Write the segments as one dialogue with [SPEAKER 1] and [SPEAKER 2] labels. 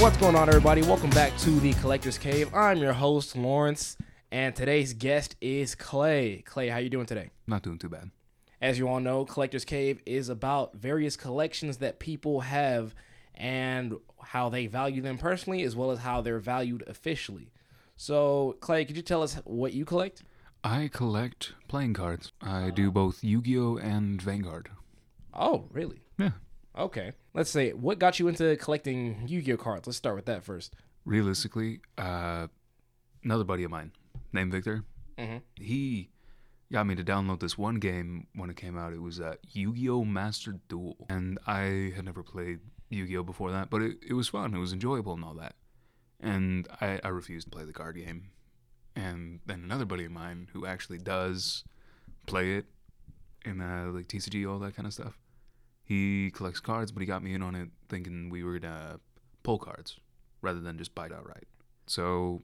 [SPEAKER 1] What's going on, everybody? Welcome back to the Collector's Cave. I'm your host Lawrence, and today's guest is Clay. Clay, how you doing today?
[SPEAKER 2] Not doing too bad.
[SPEAKER 1] As you all know, Collector's Cave is about various collections that people have and how they value them personally, as well as how they're valued officially. So, Clay, could you tell us what you collect?
[SPEAKER 2] I collect playing cards. I do both Yu-Gi-Oh and Vanguard.
[SPEAKER 1] Oh, really?
[SPEAKER 2] Yeah.
[SPEAKER 1] Okay. Let's say, what got you into collecting Yu Gi Oh cards? Let's start with that first.
[SPEAKER 2] Realistically, uh, another buddy of mine named Victor.
[SPEAKER 1] Mhm.
[SPEAKER 2] He got me to download this one game when it came out. It was uh, Yu-Gi-Oh Master Duel, and I had never played Yu-Gi-Oh before that, but it, it was fun. It was enjoyable and all that. And I, I refused to play the card game. And then another buddy of mine who actually does play it in uh, like TCG, all that kind of stuff. He collects cards, but he got me in on it thinking we were gonna pull cards rather than just buy it outright. So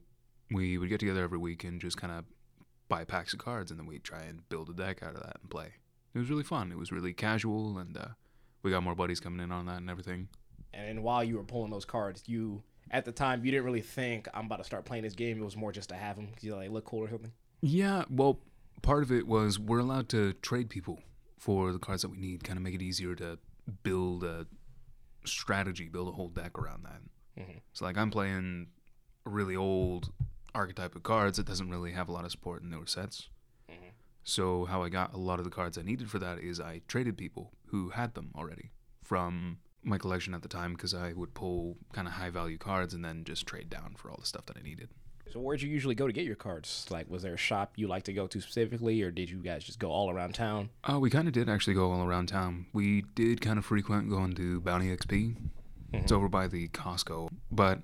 [SPEAKER 2] we would get together every week and just kind of buy packs of cards, and then we'd try and build a deck out of that and play. It was really fun. It was really casual, and uh, we got more buddies coming in on that and everything.
[SPEAKER 1] And then while you were pulling those cards, you at the time you didn't really think I'm about to start playing this game. It was more just to have them because you like look cool or something.
[SPEAKER 2] Yeah, well, part of it was we're allowed to trade people for the cards that we need, kind of make it easier to build a strategy, build a whole deck around that.
[SPEAKER 1] Mhm.
[SPEAKER 2] So, like, I'm playing a really old archetype of cards that doesn't really have a lot of support in newer sets.
[SPEAKER 1] Mhm.
[SPEAKER 2] So, how I got a lot of the cards I needed for that is I traded people who had them already from my collection at the time because I would pull kind of high value cards and then just trade down for all the stuff that I needed.
[SPEAKER 1] So where'd you usually go to get your cards? Like, was there a shop you like to go to specifically, or did you guys just go all around town?
[SPEAKER 2] Uh, we kind of did actually go all around town. We did kind of frequent going to Bounty XP. It's over by the Costco. But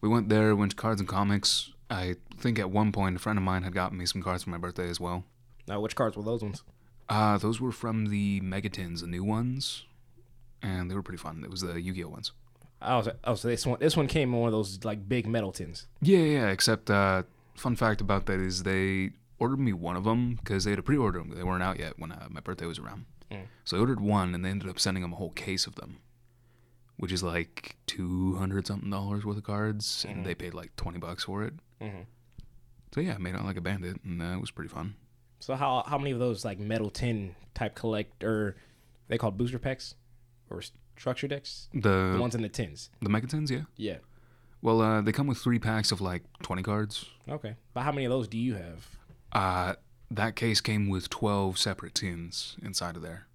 [SPEAKER 2] we went there, went to Cards and Comics. I think at one point a friend of mine had gotten me some cards for my birthday as well.
[SPEAKER 1] Now, which cards were those ones?
[SPEAKER 2] Uh, those were from the Megatins, the new ones. And they were pretty fun. It was the Yu Gi Oh ones.
[SPEAKER 1] Oh, so, oh, so this one, this one came in one of those like big metal tins.
[SPEAKER 2] Yeah, yeah, except uh, fun fact about that is they ordered me one of them because they had to pre-order them. They weren't out yet when uh, my birthday was around. So I ordered one, and they ended up sending them a whole case of them, which is like two hundred something dollars worth of cards, and they paid like twenty bucks for it.
[SPEAKER 1] Mhm.
[SPEAKER 2] So yeah, I made out like a bandit, and uh, it was pretty fun.
[SPEAKER 1] So how how many of those like metal tin type collector? They called booster packs or structure decks. The
[SPEAKER 2] The
[SPEAKER 1] ones in the tins.
[SPEAKER 2] the Megatons, yeah.
[SPEAKER 1] Yeah.
[SPEAKER 2] Well, uh, they come with three packs of like twenty cards.
[SPEAKER 1] Okay. But how many of those do you have?
[SPEAKER 2] Uh, that case came with twelve separate tins inside of there.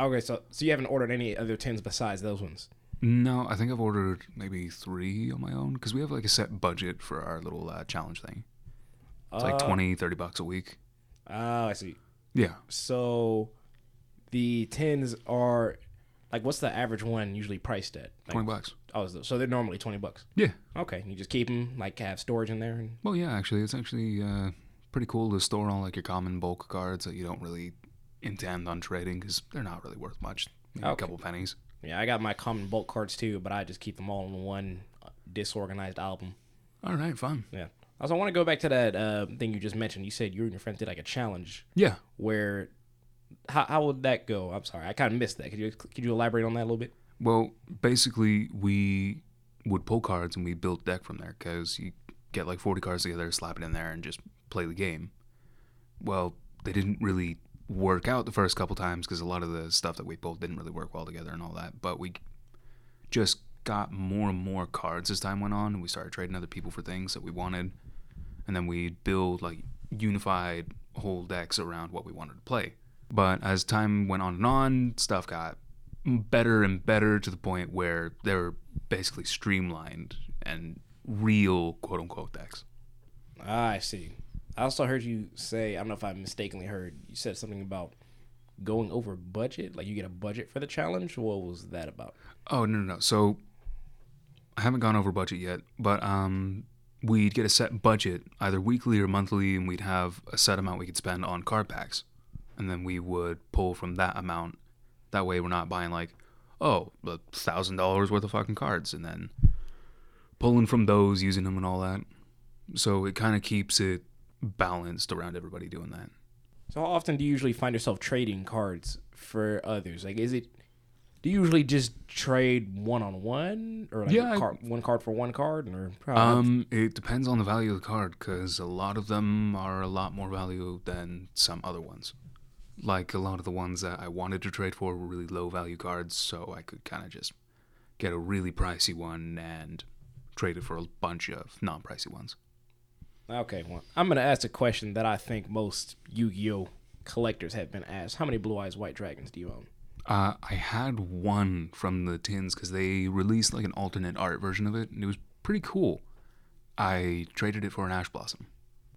[SPEAKER 1] Okay, so so you haven't ordered any other tins besides those ones.
[SPEAKER 2] No, I think I've ordered maybe three on my own because we have like a set budget for our little uh, challenge thing. It's like
[SPEAKER 1] Uh,
[SPEAKER 2] 20, 30 bucks a week.
[SPEAKER 1] Oh, I see.
[SPEAKER 2] Yeah.
[SPEAKER 1] So the tins are like what's the average one usually priced at? Like,
[SPEAKER 2] 20 bucks.
[SPEAKER 1] Oh, so- so they're normally twenty bucks.
[SPEAKER 2] Yeah.
[SPEAKER 1] Okay, you just keep them like have storage in there. And,
[SPEAKER 2] Well, yeah, actually, it's actually uh, pretty cool to store all like your common bulk cards that you don't really intend on trading because they're not really worth much. Maybe A
[SPEAKER 1] Okay.
[SPEAKER 2] couple pennies.
[SPEAKER 1] yeah, I got my common bulk cards too, but I just keep them all in one uh, disorganized album.
[SPEAKER 2] All right, fun.
[SPEAKER 1] Yeah. Also, I want to go back to that uh, thing you just mentioned. You said you and your friends did like a challenge
[SPEAKER 2] Yeah.
[SPEAKER 1] where. How, how would that go? I'm sorry, I kind of missed that. Could you could you elaborate on that a little bit?
[SPEAKER 2] Well, basically, we would pull cards and we built deck from there because you get like 40 cards together, slap it in there, and just play the game. Well, they didn't really work out the first couple times because a lot of the stuff that we pulled didn't really work well together and all that. But we just got more and more cards as time went on, and we started trading other people for things that we wanted. And then we'd build like unified whole decks around what we wanted to play. But as time went on and on, stuff got better and better to the point where they were basically streamlined and real quote unquote decks.
[SPEAKER 1] Ah, I see. I also heard you say, I don't know if I mistakenly heard, you said something about going over budget. Like you get a budget for the challenge. What was that about?
[SPEAKER 2] Oh no no no. So I haven't gone over budget yet, but um we'd get a set budget either weekly or monthly and we'd have a set amount we could spend on card packs. And then we would pull from that amount. That way we're not buying like, oh, a thousand dollars worth of fucking cards and then pulling from those, using them and all that. So it kinda keeps it balanced around everybody doing that.
[SPEAKER 1] So how often do you usually find yourself trading cards for others? Like, is it Do you usually just trade one on one, or like
[SPEAKER 2] Yeah,
[SPEAKER 1] a
[SPEAKER 2] I-
[SPEAKER 1] card, one card for one card, or
[SPEAKER 2] Um, it depends on the value of the card because a lot of them are a lot more value than some other ones. Like a lot of the ones that I wanted to trade for were really low value cards, so I could kind of just get a really pricey one and trade it for a bunch of non pricey ones.
[SPEAKER 1] okay? Well, I'm gonna ask a question that I think most Yu-Gi-Oh collectors have been asked: How many Blue Eyes White Dragons do you own?
[SPEAKER 2] Uh, I had one from the tins because they released like an alternate art version of it, and it was pretty cool. I traded it for an ash blossom.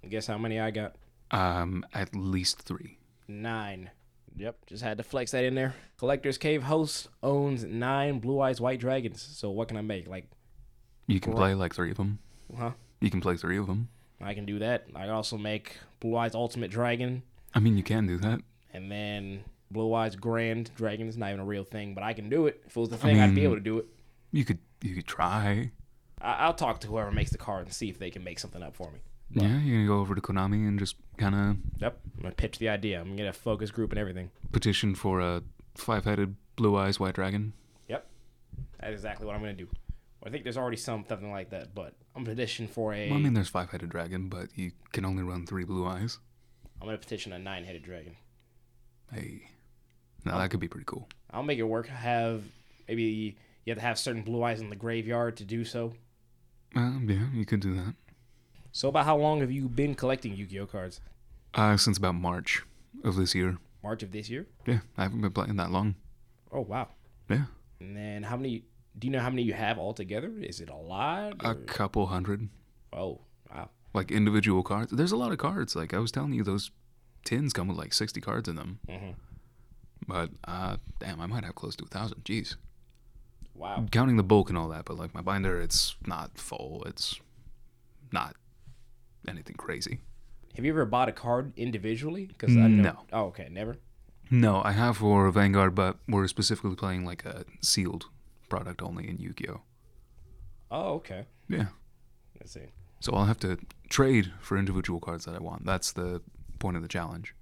[SPEAKER 1] Guess how many I got?
[SPEAKER 2] Um, at least three.
[SPEAKER 1] Nine. Yep, just had to flex that in there. Collector's Cave host owns nine Blue Eyes White Dragons. So what can I make? Like,
[SPEAKER 2] You can play like three of them.
[SPEAKER 1] huh?
[SPEAKER 2] You can play three of them.
[SPEAKER 1] I can do that. I can also make Blue Eyes Ultimate Dragon,
[SPEAKER 2] I mean, you can do that.
[SPEAKER 1] and then Blue Eyes Grand Dragon. It's not even a real thing, but I can do it. If it was the thing, I would be
[SPEAKER 2] mean-
[SPEAKER 1] able to do it.
[SPEAKER 2] You could you could try.
[SPEAKER 1] I- I'll talk to whoever makes the card and see if they can make something up for me.
[SPEAKER 2] Yeah, you can go over to Konami and just kind of
[SPEAKER 1] Yep, I'm gonna pitch the idea. I'm gonna get a focus group and everything.
[SPEAKER 2] petition for a five-headed blue eyes white dragon.
[SPEAKER 1] Yep, that's exactly what I'm gonna do. I think there's already some something like that, but I'm gonna petition for a.
[SPEAKER 2] Well, I mean, there's five-headed dragon, but you can only run three blue eyes.
[SPEAKER 1] I'm gonna petition a nine-headed dragon.
[SPEAKER 2] Hey, now that could be pretty cool.
[SPEAKER 1] I'll make it work. Have maybe you have to have certain blue eyes in the graveyard to do so.
[SPEAKER 2] Uh, yeah, you could do that.
[SPEAKER 1] So, about how long have you been collecting Yu-Gi-Oh cards?
[SPEAKER 2] Uh, since about March of this year.
[SPEAKER 1] March of this year.
[SPEAKER 2] Yeah, I haven't been playing that long.
[SPEAKER 1] Oh wow!
[SPEAKER 2] Yeah,
[SPEAKER 1] And then how many? Do you know how many you have altogether? Is it a lot?
[SPEAKER 2] a
[SPEAKER 1] or-
[SPEAKER 2] couple hundred,
[SPEAKER 1] oh wow!
[SPEAKER 2] like individual cards. There's a lot of cards. Like I was telling you, those tins come with like 60 cards in them.
[SPEAKER 1] Mhm.
[SPEAKER 2] But uh, damn, I might have close to a thousand. Jeez.
[SPEAKER 1] Wow!
[SPEAKER 2] counting the bulk and all that, but like my binder, it's not full. It's not anything crazy.
[SPEAKER 1] Have you ever bought a card individually? Because
[SPEAKER 2] No.
[SPEAKER 1] Oh okay, never.
[SPEAKER 2] No, I have for Vanguard, but we're specifically playing like a sealed product only in Yu-Gi-Oh.
[SPEAKER 1] Oh okay.
[SPEAKER 2] Yeah.
[SPEAKER 1] Let's see.
[SPEAKER 2] So I'll have to trade for individual cards that I want. That's the point of the challenge.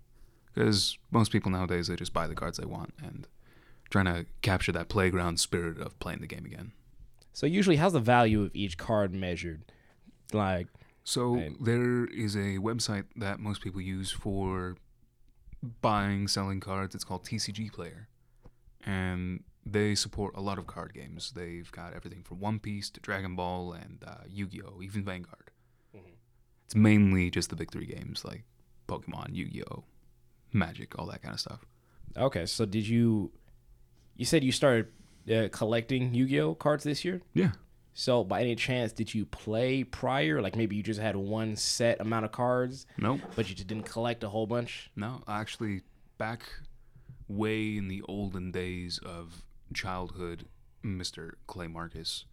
[SPEAKER 2] Because most people nowadays they just buy the cards they want and trying to capture that playground spirit of playing the game again.
[SPEAKER 1] So usually, how's the value of each card measured? Like
[SPEAKER 2] So
[SPEAKER 1] Right.
[SPEAKER 2] there is a website that most people use for buying, selling cards. It's called TCG Player, and they support a lot of card games. They've got everything from One Piece to Dragon Ball and uh, Yu-Gi-Oh, even Vanguard. It's mainly just the big three games like Pokemon, Yu-Gi-Oh, Magic, all that kind of stuff.
[SPEAKER 1] okay, so did you? You said you started uh, collecting Yu-Gi-Oh cards this year.
[SPEAKER 2] Yeah.
[SPEAKER 1] So by any chance, did you play prior? Like maybe you just had one set amount of cards,
[SPEAKER 2] Nope.
[SPEAKER 1] but you just didn't collect a whole bunch.
[SPEAKER 2] No, actually, back way in the olden days of childhood, Mr. Clay Marcus,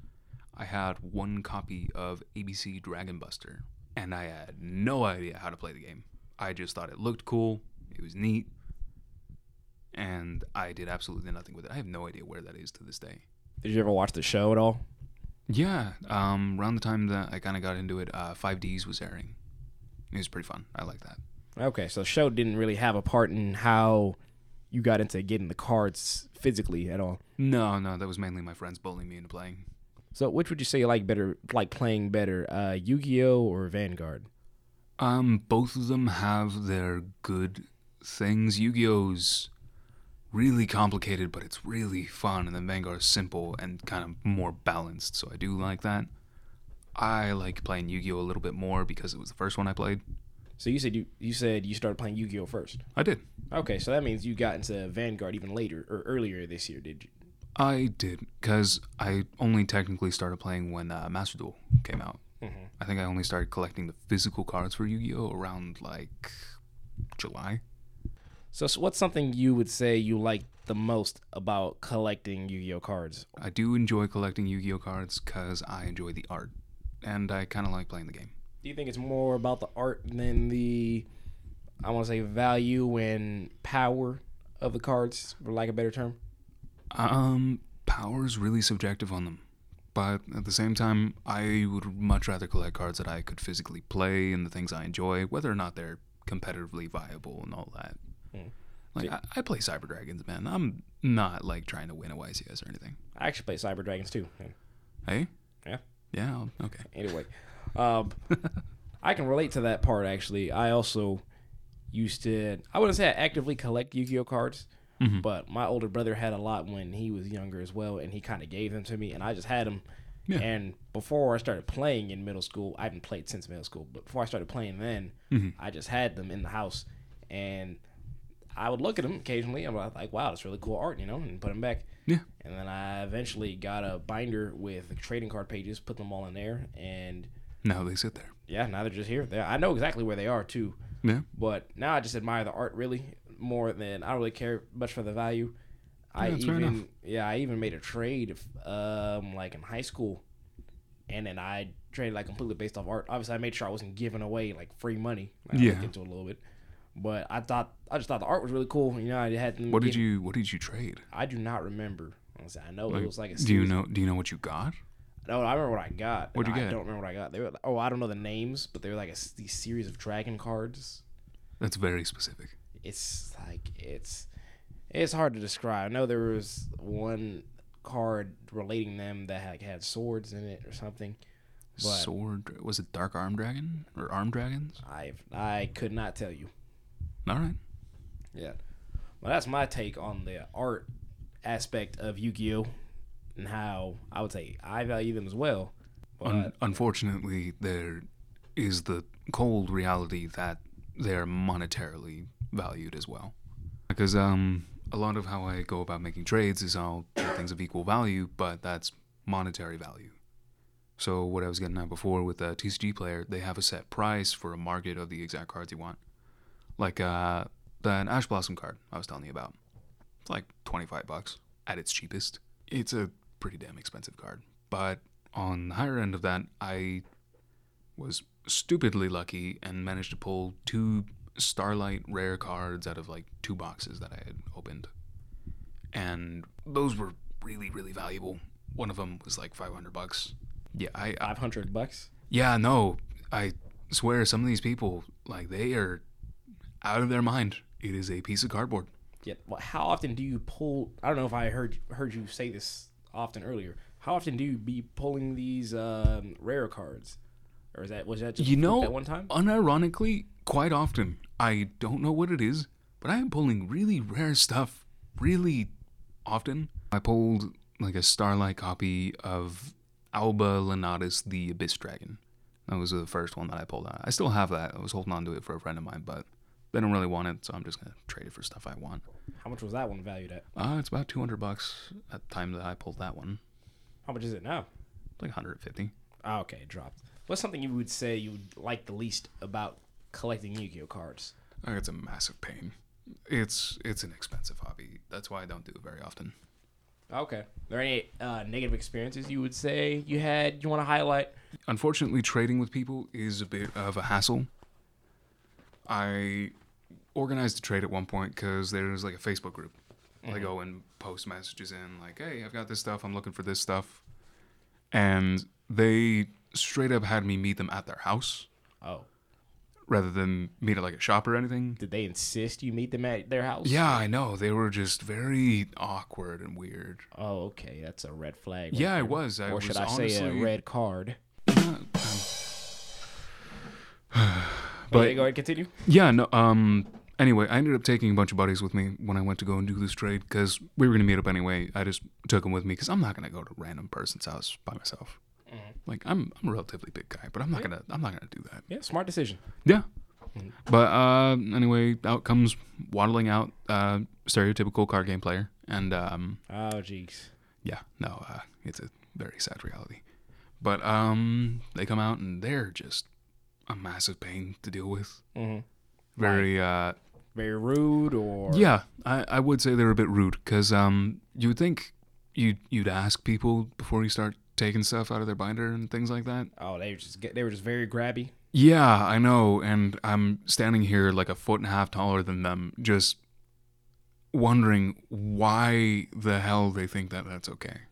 [SPEAKER 2] I had one copy of ABC Dragon Buster, and I had no idea how to play the game. I just thought it looked cool, it was neat, and I did absolutely nothing with it. I have no idea where that is to this day.
[SPEAKER 1] Did you ever watch the show at all?
[SPEAKER 2] Yeah, um, around the time that I kind of got into it, uh, 5Ds was airing. It was pretty fun. I like that.
[SPEAKER 1] Okay, so the show didn't really have a part in how you got into getting the cards physically at all.
[SPEAKER 2] No, no, that was mainly my friends bullying me into playing.
[SPEAKER 1] So which would you say you like better, like playing better, uh, Yu-Gi-Oh or Vanguard?
[SPEAKER 2] Um, both of them have their good things. Yu-Gi-Oh's really complicated, but it's really fun, and then Vanguard's simple and kind of more balanced. So I do like that. I like playing Yu-Gi-Oh a little bit more because it was the first one I played.
[SPEAKER 1] So you said you you said you started playing Yu-Gi-Oh first.
[SPEAKER 2] I did.
[SPEAKER 1] Okay, so that means you got into Vanguard even later or earlier this year, did you?
[SPEAKER 2] I did because I only technically started playing when uh, Master Duel came out. I think I only started collecting the physical cards for Yu-Gi-Oh around like July.
[SPEAKER 1] So, so what's something you would say you like the most about collecting Yu-Gi-Oh cards?
[SPEAKER 2] I do enjoy collecting Yu-Gi-Oh cards because I enjoy the art, and I kind of like playing the game.
[SPEAKER 1] Do you think it's more about the art than the I want to say value and power of the cards, for lack of a better term?
[SPEAKER 2] Um, power's really subjective on them, but at the same time, I would much rather collect cards that I could physically
[SPEAKER 1] Hmm.
[SPEAKER 2] play and the things I enjoy, whether or not they're competitively viable and all that. Like I, I play Cyber Dragons, man. I'm not like trying to win a YCS or anything.
[SPEAKER 1] I actually play Cyber Dragons too. man.
[SPEAKER 2] Hey,
[SPEAKER 1] Yeah.
[SPEAKER 2] yeah, I'll- okay.
[SPEAKER 1] Anyway, um, I can relate to that part actually. I also used to, I wouldn't say I actively collect Yu Gi Oh cards, but my older brother had a lot when he was younger as well, and he kind of gave them to me, and I just had them.
[SPEAKER 2] Yeah.
[SPEAKER 1] And before I started playing in middle school, I haven't played since middle school, but before I started playing then, I just had them in the house, and I would look at them occasionally. and I'm like, wow, that's really cool art, you know, and put them back.
[SPEAKER 2] Yeah.
[SPEAKER 1] And then I eventually got a binder with trading card pages, put them all in there, and
[SPEAKER 2] Now they sit there.
[SPEAKER 1] yeah, now they're just here. They, I know exactly where they are too.
[SPEAKER 2] Yeah,
[SPEAKER 1] But now I just admire the art really more than I don't really care much for the value. I
[SPEAKER 2] that's fair enough.
[SPEAKER 1] even yeah, I even made a trade um like in high school, and then I traded like completely based off art. Obviously, I made sure I wasn't giving away like free money. Like, I'll
[SPEAKER 2] Yeah.
[SPEAKER 1] get into it a little bit, but I thought I just thought the art was really cool. You know, I had them
[SPEAKER 2] What did
[SPEAKER 1] get-
[SPEAKER 2] you What did you trade?
[SPEAKER 1] I do not remember. Honestly, I know it was like a
[SPEAKER 2] Do you
[SPEAKER 1] series-
[SPEAKER 2] know Do you know what you got?
[SPEAKER 1] no, I remember what I got.
[SPEAKER 2] What'd you
[SPEAKER 1] I
[SPEAKER 2] get?
[SPEAKER 1] don't remember what I got. They were like, oh, I don't know the names, but they were like a s- these series of dragon cards.
[SPEAKER 2] That's very specific.
[SPEAKER 1] It's like it's it's hard to describe. I know there was one card relating them that had, had swords in it or something. But-
[SPEAKER 2] Sword dra- was it Dark Arm Dragon or Arm Dragons?
[SPEAKER 1] I I could not tell you.
[SPEAKER 2] All right.
[SPEAKER 1] Yeah. Well, that's my take on the art aspect of Yu-Gi-Oh and how I would say I value them as well. But
[SPEAKER 2] Un- unfortunately, there is the cold reality that they're monetarily valued as well. Because um, a lot of how I go about making trades is I'll do things of equal value, but that's monetary value. So what I was getting at before with a TCG player, they have a set price for a market of the exact cards you want. Like uh, that Ash Blossom card I was telling you about. It's like 25 bucks at its cheapest. It's a pretty damn expensive card. But on the higher end of that, I was stupidly lucky and managed to pull two Starlight rare cards out of like two boxes that I had opened. And those were really, really valuable. One of them was like 500 bucks. Yeah, I, I
[SPEAKER 1] 500 bucks.
[SPEAKER 2] yeah, no, I swear some of these people like they are out of their mind. It is a piece of cardboard.
[SPEAKER 1] Yeah. Well, how often do you pull? I don't know if I heard heard you say this often earlier. How often do you be pulling these um, rare cards, or is that was that just
[SPEAKER 2] You
[SPEAKER 1] a fluke
[SPEAKER 2] know,
[SPEAKER 1] that one time?
[SPEAKER 2] unironically, quite often, I don't know what it is, but I am pulling really rare stuff really often. I pulled like a Starlight copy of Alba Lenatus, the Abyss Dragon. That was the first one that I pulled out. I still have that. I was holding on to it for a friend of mine, but they don't really want it, so I'm just gonna trade it for stuff I want.
[SPEAKER 1] How much was that one valued at?
[SPEAKER 2] Uh, it's about 200 bucks at the time that I pulled that one.
[SPEAKER 1] How much is it now?
[SPEAKER 2] It's like 150.
[SPEAKER 1] Ah, okay, it dropped. What's something you would say you would like the least about collecting Yu-Gi-Oh cards?
[SPEAKER 2] Like, It's a massive pain. It's it's an expensive hobby. That's why I don't do it very often.
[SPEAKER 1] Okay. Are there any uh, negative experiences you would say you had? You want to highlight?
[SPEAKER 2] Unfortunately, trading with people is a bit of a hassle. I organized a trade at one point because there's like a Facebook group. I go and post messages in, like, hey, I've got this stuff. I'm looking for this stuff. And they straight up had me meet them at their house
[SPEAKER 1] Oh,
[SPEAKER 2] rather than meet at like a shop or anything.
[SPEAKER 1] did they insist you meet them at their house?
[SPEAKER 2] Yeah, I know. They were just very awkward and weird.
[SPEAKER 1] Oh, okay. That's a red flag. right
[SPEAKER 2] Yeah, I
[SPEAKER 1] there.
[SPEAKER 2] was. I
[SPEAKER 1] Or
[SPEAKER 2] was
[SPEAKER 1] should I
[SPEAKER 2] honestly,
[SPEAKER 1] say a red card?
[SPEAKER 2] But-
[SPEAKER 1] Okay, go ahead, continue.
[SPEAKER 2] Yeah, no. Um. Anyway, I ended up taking a bunch of buddies with me when I went to go and do this trade because we were gonna meet up anyway. I just took them with me because I'm not gonna go to a random person's house by myself.
[SPEAKER 1] Mm-hmm.
[SPEAKER 2] Like I'm, I'm a relatively big guy, but I'm not gonna, I'm not gonna do that.
[SPEAKER 1] Yeah, smart decision.
[SPEAKER 2] Yeah.
[SPEAKER 1] Mm-hmm.
[SPEAKER 2] But uh, anyway, out comes waddling out, uh, stereotypical card game player, and um,
[SPEAKER 1] Oh, jeez.
[SPEAKER 2] yeah, no, uh, it's a very sad reality. But um, they come out and they're just a massive pain to deal with.
[SPEAKER 1] Mhm.
[SPEAKER 2] Very, uh,
[SPEAKER 1] Very rude, or
[SPEAKER 2] yeah, I, I would say they're a bit rude because um, you would think you'd you'd ask people before you start taking stuff out of their binder and things like that.
[SPEAKER 1] oh, they were just get, they were just very grabby.
[SPEAKER 2] Yeah, I know, and I'm standing here like a foot and a half taller than them, just wondering why the hell they think that that's okay.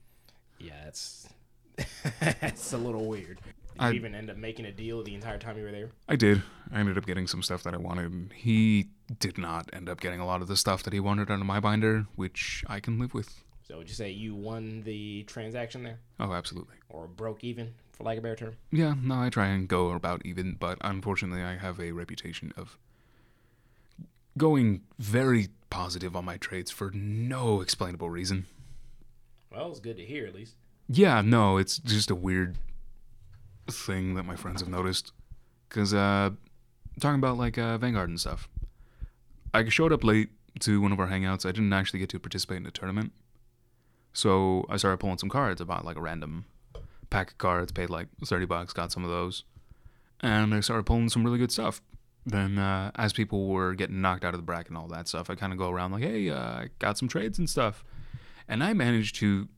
[SPEAKER 1] Yeah, it's it's a little weird. Did
[SPEAKER 2] I-
[SPEAKER 1] you even end up making a deal the entire time you were there?
[SPEAKER 2] I did. I ended up getting some stuff that I wanted. He did not end up getting a lot of the stuff that he wanted out of my binder, which I can live with.
[SPEAKER 1] So would you say you won the transaction there,
[SPEAKER 2] Oh, absolutely.
[SPEAKER 1] or broke even, for lack of a better term?
[SPEAKER 2] Yeah, no, I try and go about even, but unfortunately, I have a reputation of going very positive on my trades for no explainable reason.
[SPEAKER 1] Well, it's good to hear at least.
[SPEAKER 2] Yeah, no, it's just a weird thing that my friends have noticed. Cause uh, talking about like uh, Vanguard and stuff, I showed up late to one of our hangouts. I didn't actually get to participate in a tournament, so I started pulling some cards. I bought like a random pack of cards, paid like thirty bucks, got some of those, and I started pulling some really good stuff. Then, uh, as people were getting knocked out of the bracket and all that stuff, I kind of go around like, "Hey, uh, I got some trades and stuff," and I managed to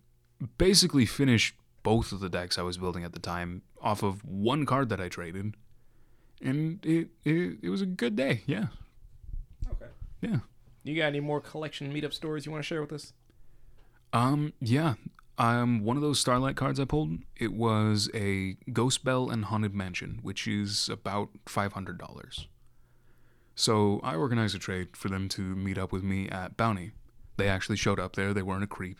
[SPEAKER 2] basically finished both of the decks I was building at the time off of one card that I traded, and it it, it was a good day. Yeah,
[SPEAKER 1] Okay.
[SPEAKER 2] yeah.
[SPEAKER 1] You got any more collection meetup stories you want to share with us?
[SPEAKER 2] Um, yeah. Um, one of those Starlight cards I pulled, it was a Ghost Bell and Haunted Mansion, which is about five hundred dollars. So I organized a trade for them to meet up with me at Bounty. They actually showed up there. They weren't a creep,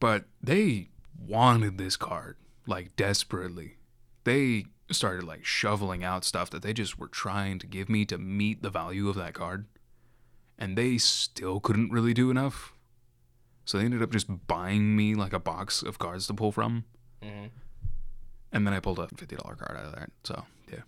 [SPEAKER 2] but they wanted this card like desperately. They started like shoveling out stuff that they just were trying to give me to meet the value of that card, and they still couldn't really do enough so they ended up just buying me like a box of cards to pull from.
[SPEAKER 1] Mhm.
[SPEAKER 2] And then I pulled a fifty dollar card out of that. So yeah.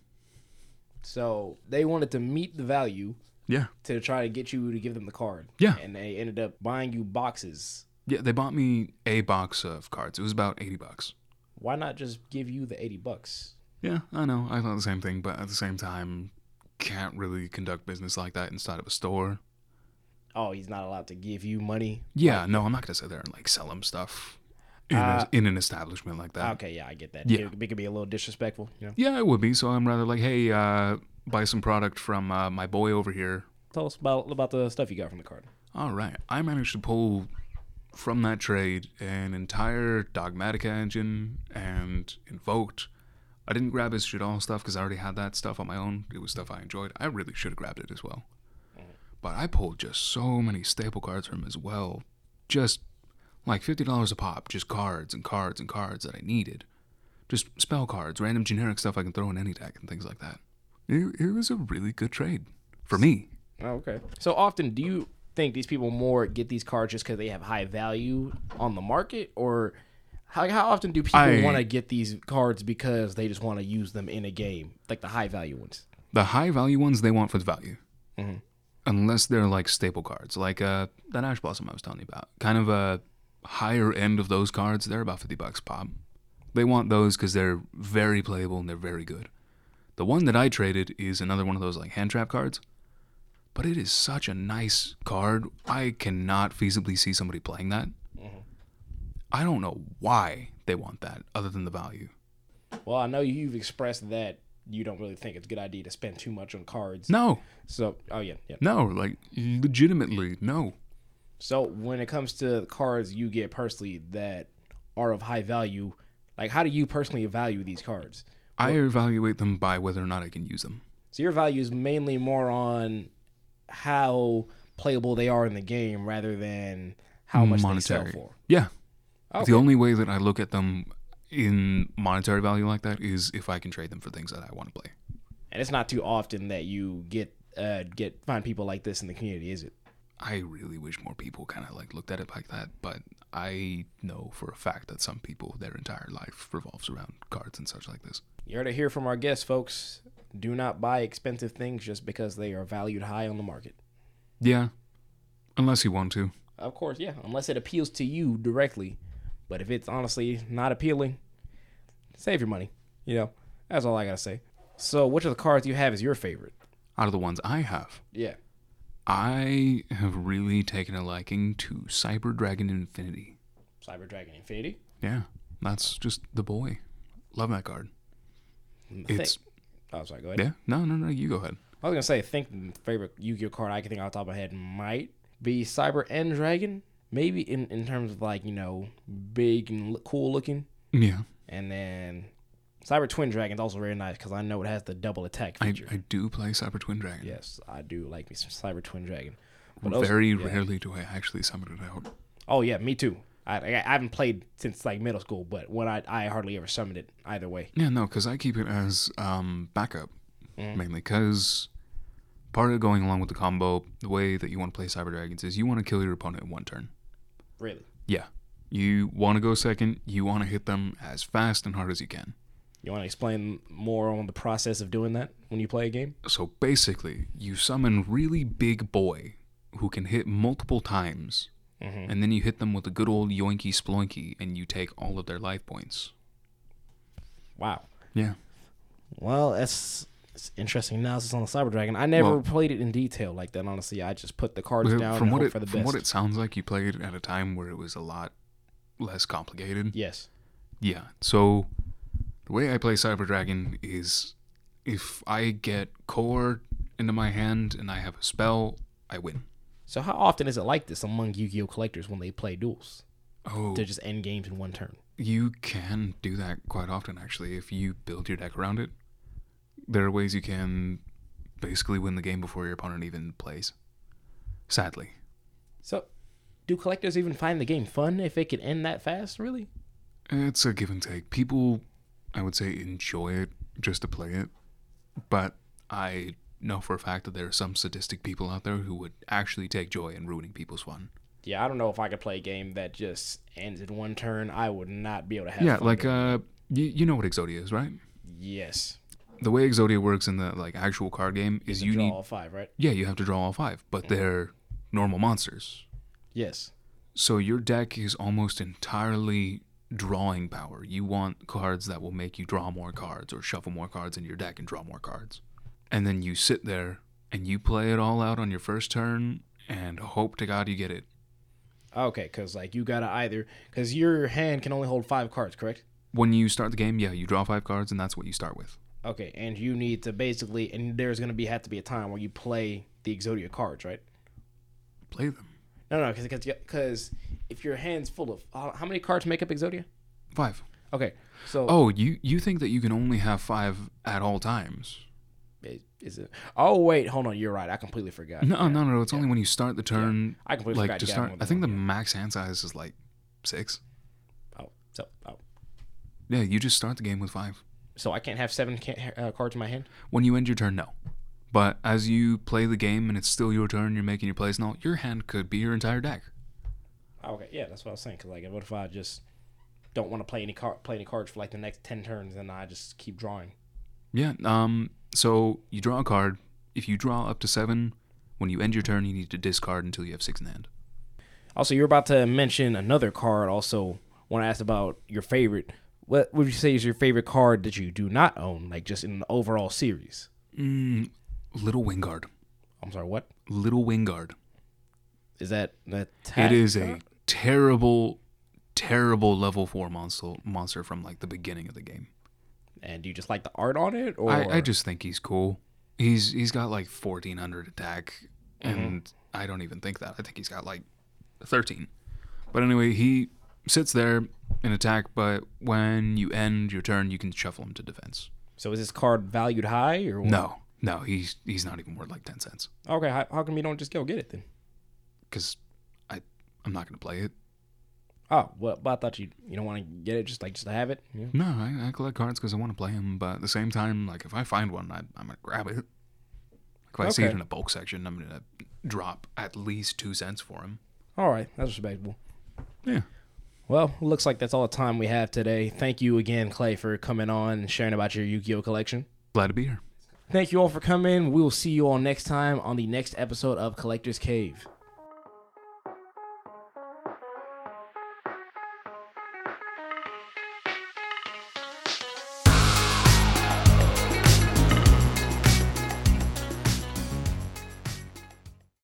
[SPEAKER 1] So they wanted to meet the value
[SPEAKER 2] Yeah.
[SPEAKER 1] to try to get you to give them the card.
[SPEAKER 2] Yeah.
[SPEAKER 1] And they ended up buying you boxes.
[SPEAKER 2] Yeah, they bought me a box of cards. It was about eighty bucks.
[SPEAKER 1] Why not just give you the eighty bucks?
[SPEAKER 2] Yeah, I know. I thought the same thing, but at the same time, can't really conduct business like that inside of a store.
[SPEAKER 1] Oh, he's not allowed to give you money.
[SPEAKER 2] Yeah, no, I'm not gonna sit there and like sell them stuff in,
[SPEAKER 1] Uh,
[SPEAKER 2] a, in an establishment like that.
[SPEAKER 1] Okay, yeah, I get that.
[SPEAKER 2] Yeah.
[SPEAKER 1] It, it could be a little disrespectful, you know.
[SPEAKER 2] Yeah, it would be. So I'm rather like, hey, uh, buy some product from uh, my boy over here.
[SPEAKER 1] Tell us about about the stuff you got from the card.
[SPEAKER 2] All right. I managed to pull from that trade an entire Dogmatica engine and Invoked. I didn't grab his shit all stuff because I already had that stuff on my own. It was stuff I enjoyed. I really should have grabbed it as well. But I pulled just so many staple cards from him as well. Just like $50 a pop, just cards and cards and cards that I needed. Just spell cards, random generic stuff I can throw in any deck and things like that. It, it was a really good trade for me.
[SPEAKER 1] Oh, okay. So often, do you think these people more get these cards just because they have high value on the market, or how, how often do people
[SPEAKER 2] I-
[SPEAKER 1] want to get these cards because they just want to use them in a game, like the high value ones?
[SPEAKER 2] The high value ones they want for the value.
[SPEAKER 1] Mhm.
[SPEAKER 2] Unless they're like staple cards, like uh, that Ash Blossom I was telling you about. Kind of a higher end of those cards, they're about 50 bucks pop. They want those because they're very playable and they're very good. The one that I traded is another one of those like hand trap cards, but it is such a nice card. I cannot feasibly see somebody playing that. I don't know why they want that other than the value.
[SPEAKER 1] Well, I know you've expressed that you don't really think it's a good idea to spend too much on cards.
[SPEAKER 2] No,
[SPEAKER 1] So, oh yeah, yeah.
[SPEAKER 2] no, like legitimately, no.
[SPEAKER 1] So when it comes to the cards you get personally that are of high value, like how do you personally value these cards?
[SPEAKER 2] I evaluate them by whether or not I can use them.
[SPEAKER 1] So your value is mainly more on how playable they are in the game rather than how much they sell for.
[SPEAKER 2] Yeah.
[SPEAKER 1] Okay.
[SPEAKER 2] The only way that I look at them in monetary value like that is if I can trade them for things that I want to play.
[SPEAKER 1] And it's not too often that you get uh get find people like this in the community, is it?
[SPEAKER 2] I really wish more people kind of like looked at it like that, but I know for a fact that some people their entire life revolves around cards and such like this.
[SPEAKER 1] You heard it here from our guests, folks. Do not buy expensive things just because they are valued high on the market.
[SPEAKER 2] Yeah. Unless you want to.
[SPEAKER 1] Of course, yeah, unless it appeals to you directly. But if it's honestly not appealing, save your money. You know, that's all I gotta say. So, which of the cards you have is your favorite?
[SPEAKER 2] Out of the ones I have,
[SPEAKER 1] Yeah.
[SPEAKER 2] I have really taken a liking to Cyber Dragon Infinity.
[SPEAKER 1] Cyber Dragon Infinity.
[SPEAKER 2] Yeah. That's just the boy. Love that card.
[SPEAKER 1] I think-
[SPEAKER 2] It's
[SPEAKER 1] Oh, sorry. Go ahead.
[SPEAKER 2] Yeah. No, no, no. You go ahead.
[SPEAKER 1] I was gonna say, I think the favorite Yu-Gi-Oh card I can think off the top of my head might be Cyber and Dragon. Maybe in in terms of like you know big and l- cool looking,
[SPEAKER 2] Yeah.
[SPEAKER 1] and then Cyber Twin Dragon's also very nice because I know it has the double attack
[SPEAKER 2] I,
[SPEAKER 1] feature.
[SPEAKER 2] I do play Cyber Twin Dragon.
[SPEAKER 1] yes, I do like me some Cyber Twin Dragon. also-
[SPEAKER 2] Very
[SPEAKER 1] yeah.
[SPEAKER 2] rarely do I actually summon it out.
[SPEAKER 1] Oh yeah, me too. I, I, I haven't played since like middle school, but when I I hardly ever summoned it either way.
[SPEAKER 2] Yeah, no, because I keep it as um, backup mainly. Because part of going along with the combo, the way that you want to play Cyber Dragons is you want to kill your opponent in one turn.
[SPEAKER 1] Really.
[SPEAKER 2] Yeah. You want to go second. You want to hit them as fast and hard as you can.
[SPEAKER 1] You want to explain more on the process of doing that when you play a game?
[SPEAKER 2] So basically, you summon really big boy who can hit multiple times,
[SPEAKER 1] Mm-hmm.
[SPEAKER 2] and then you hit them with a good old yoinky sploinky, and you take all of their life points.
[SPEAKER 1] Wow.
[SPEAKER 2] Yeah.
[SPEAKER 1] Well, that's, that's interesting analysis on the Cyber Dragon. I never
[SPEAKER 2] Well-
[SPEAKER 1] played it in detail like that. Honestly, I just put the cards
[SPEAKER 2] But
[SPEAKER 1] down
[SPEAKER 2] from
[SPEAKER 1] and
[SPEAKER 2] what
[SPEAKER 1] hope
[SPEAKER 2] it
[SPEAKER 1] for the
[SPEAKER 2] from
[SPEAKER 1] best.
[SPEAKER 2] what it sounds like, you played at a time where it was a lot less complicated.
[SPEAKER 1] yes.
[SPEAKER 2] Yeah. So the way I play Cyber Dragon is if I get core into my hand and I have a spell, I win.
[SPEAKER 1] So how often is it like this among Yu-Gi-Oh collectors when they play duels?
[SPEAKER 2] Oh,
[SPEAKER 1] They just end games in one turn.
[SPEAKER 2] you can do that quite often actually if you build your deck around it. There are ways you can basically win the game before your opponent even plays. Sadly.
[SPEAKER 1] So, do collectors even find the game fun if it can end that fast? Really?
[SPEAKER 2] It's a give and take. People, I would say, enjoy it just to play it, but I know for a fact that there are some sadistic people out there who would actually take joy in ruining people's fun.
[SPEAKER 1] Yeah, I don't know if I could play a game that just ends in one turn. I would not be able to have.
[SPEAKER 2] yeah,
[SPEAKER 1] fun
[SPEAKER 2] like
[SPEAKER 1] doing-
[SPEAKER 2] uh, you, you know what Exodia is, right?
[SPEAKER 1] yes,
[SPEAKER 2] The way Exodia works in the like actual card game is you
[SPEAKER 1] draw
[SPEAKER 2] need
[SPEAKER 1] all five, right?
[SPEAKER 2] yeah you have to draw all five, but they're normal monsters,
[SPEAKER 1] Yes.
[SPEAKER 2] so your deck is almost entirely drawing power. You want cards that will make you draw more cards or shuffle more cards into your deck and draw more cards. And then you sit there and you play it all out on your first turn and hope to God you get it.
[SPEAKER 1] Okay, because like you gotta either because your hand can only hold five cards, correct?
[SPEAKER 2] When you start the game, yeah, you draw five cards and that's what you start with.
[SPEAKER 1] Okay, and you need to basically and there's gonna be have to be a time where you play the Exodia cards, right?
[SPEAKER 2] Play them.
[SPEAKER 1] No, no, because because if your hand's full of uh, how many cards make up Exodia?
[SPEAKER 2] Five.
[SPEAKER 1] Okay, so
[SPEAKER 2] Oh, you, you think that you can only have five at all times?
[SPEAKER 1] i- is it? Oh wait, hold on, you're right. I completely forgot.
[SPEAKER 2] No, no, no. It's only when you start the turn.
[SPEAKER 1] I completely
[SPEAKER 2] like
[SPEAKER 1] forgot
[SPEAKER 2] to
[SPEAKER 1] you had
[SPEAKER 2] start.
[SPEAKER 1] more
[SPEAKER 2] I
[SPEAKER 1] than
[SPEAKER 2] think the
[SPEAKER 1] one,
[SPEAKER 2] max hand size is like six.
[SPEAKER 1] Oh, so oh,
[SPEAKER 2] Yeah, you just start the game with five.
[SPEAKER 1] so I can't have seven can- uh, cards in my hand.
[SPEAKER 2] When you end your turn, no. But as you play the game and it's still your turn, you're making your plays and all, your hand could be your entire deck.
[SPEAKER 1] Okay, yeah, that's what I was saying. Cause like, what if I just don't want to play any card, play any cards for like the next ten turns, and I just keep drawing?
[SPEAKER 2] Yeah. Um. So you draw a card. If you draw up to seven, when you end your turn, you need to discard until you have six in hand.
[SPEAKER 1] Also, you're about to mention another card. Also, want to ask about your favorite. What would you say is your favorite card that you do not own, like just in the overall series?
[SPEAKER 2] Mm, little Wingard.
[SPEAKER 1] I'm sorry, what
[SPEAKER 2] Little Wingard.
[SPEAKER 1] is that? That
[SPEAKER 2] It is a terrible, terrible level four monster monster from like the beginning of the game.
[SPEAKER 1] And do you just like the art on it, or
[SPEAKER 2] I, I just think he's cool. He's he's got like fourteen hundred attack,
[SPEAKER 1] Mm-hmm.
[SPEAKER 2] and I don't even think that. I think he's got like thirteen. But anyway, he sits there in attack, but when you end your turn, you can shuffle him to defense.
[SPEAKER 1] so is this card valued high or what?
[SPEAKER 2] No, no, he's he's not even worth like ten cents
[SPEAKER 1] Okay, how, how come you don't just go get it then?
[SPEAKER 2] because I I'm not gonna play it.
[SPEAKER 1] Oh, well, but I thought you you don't want to get it just like just to have it. Yeah.
[SPEAKER 2] No, I, I collect cards because I want to play them, but at the same time, like if I find one, I, I'm gonna grab it. If I see it
[SPEAKER 1] Okay.
[SPEAKER 2] in a bulk section, I'm gonna drop at least two cents for him.
[SPEAKER 1] All right, that's respectable.
[SPEAKER 2] Yeah.
[SPEAKER 1] Well, looks like that's all the time we have today. Thank you again, Clay, for coming on and sharing about your Yu-Gi-Oh collection.
[SPEAKER 2] Glad to be here.
[SPEAKER 1] Thank you all for coming. We will see you all next time on the next episode of Collector's Cave.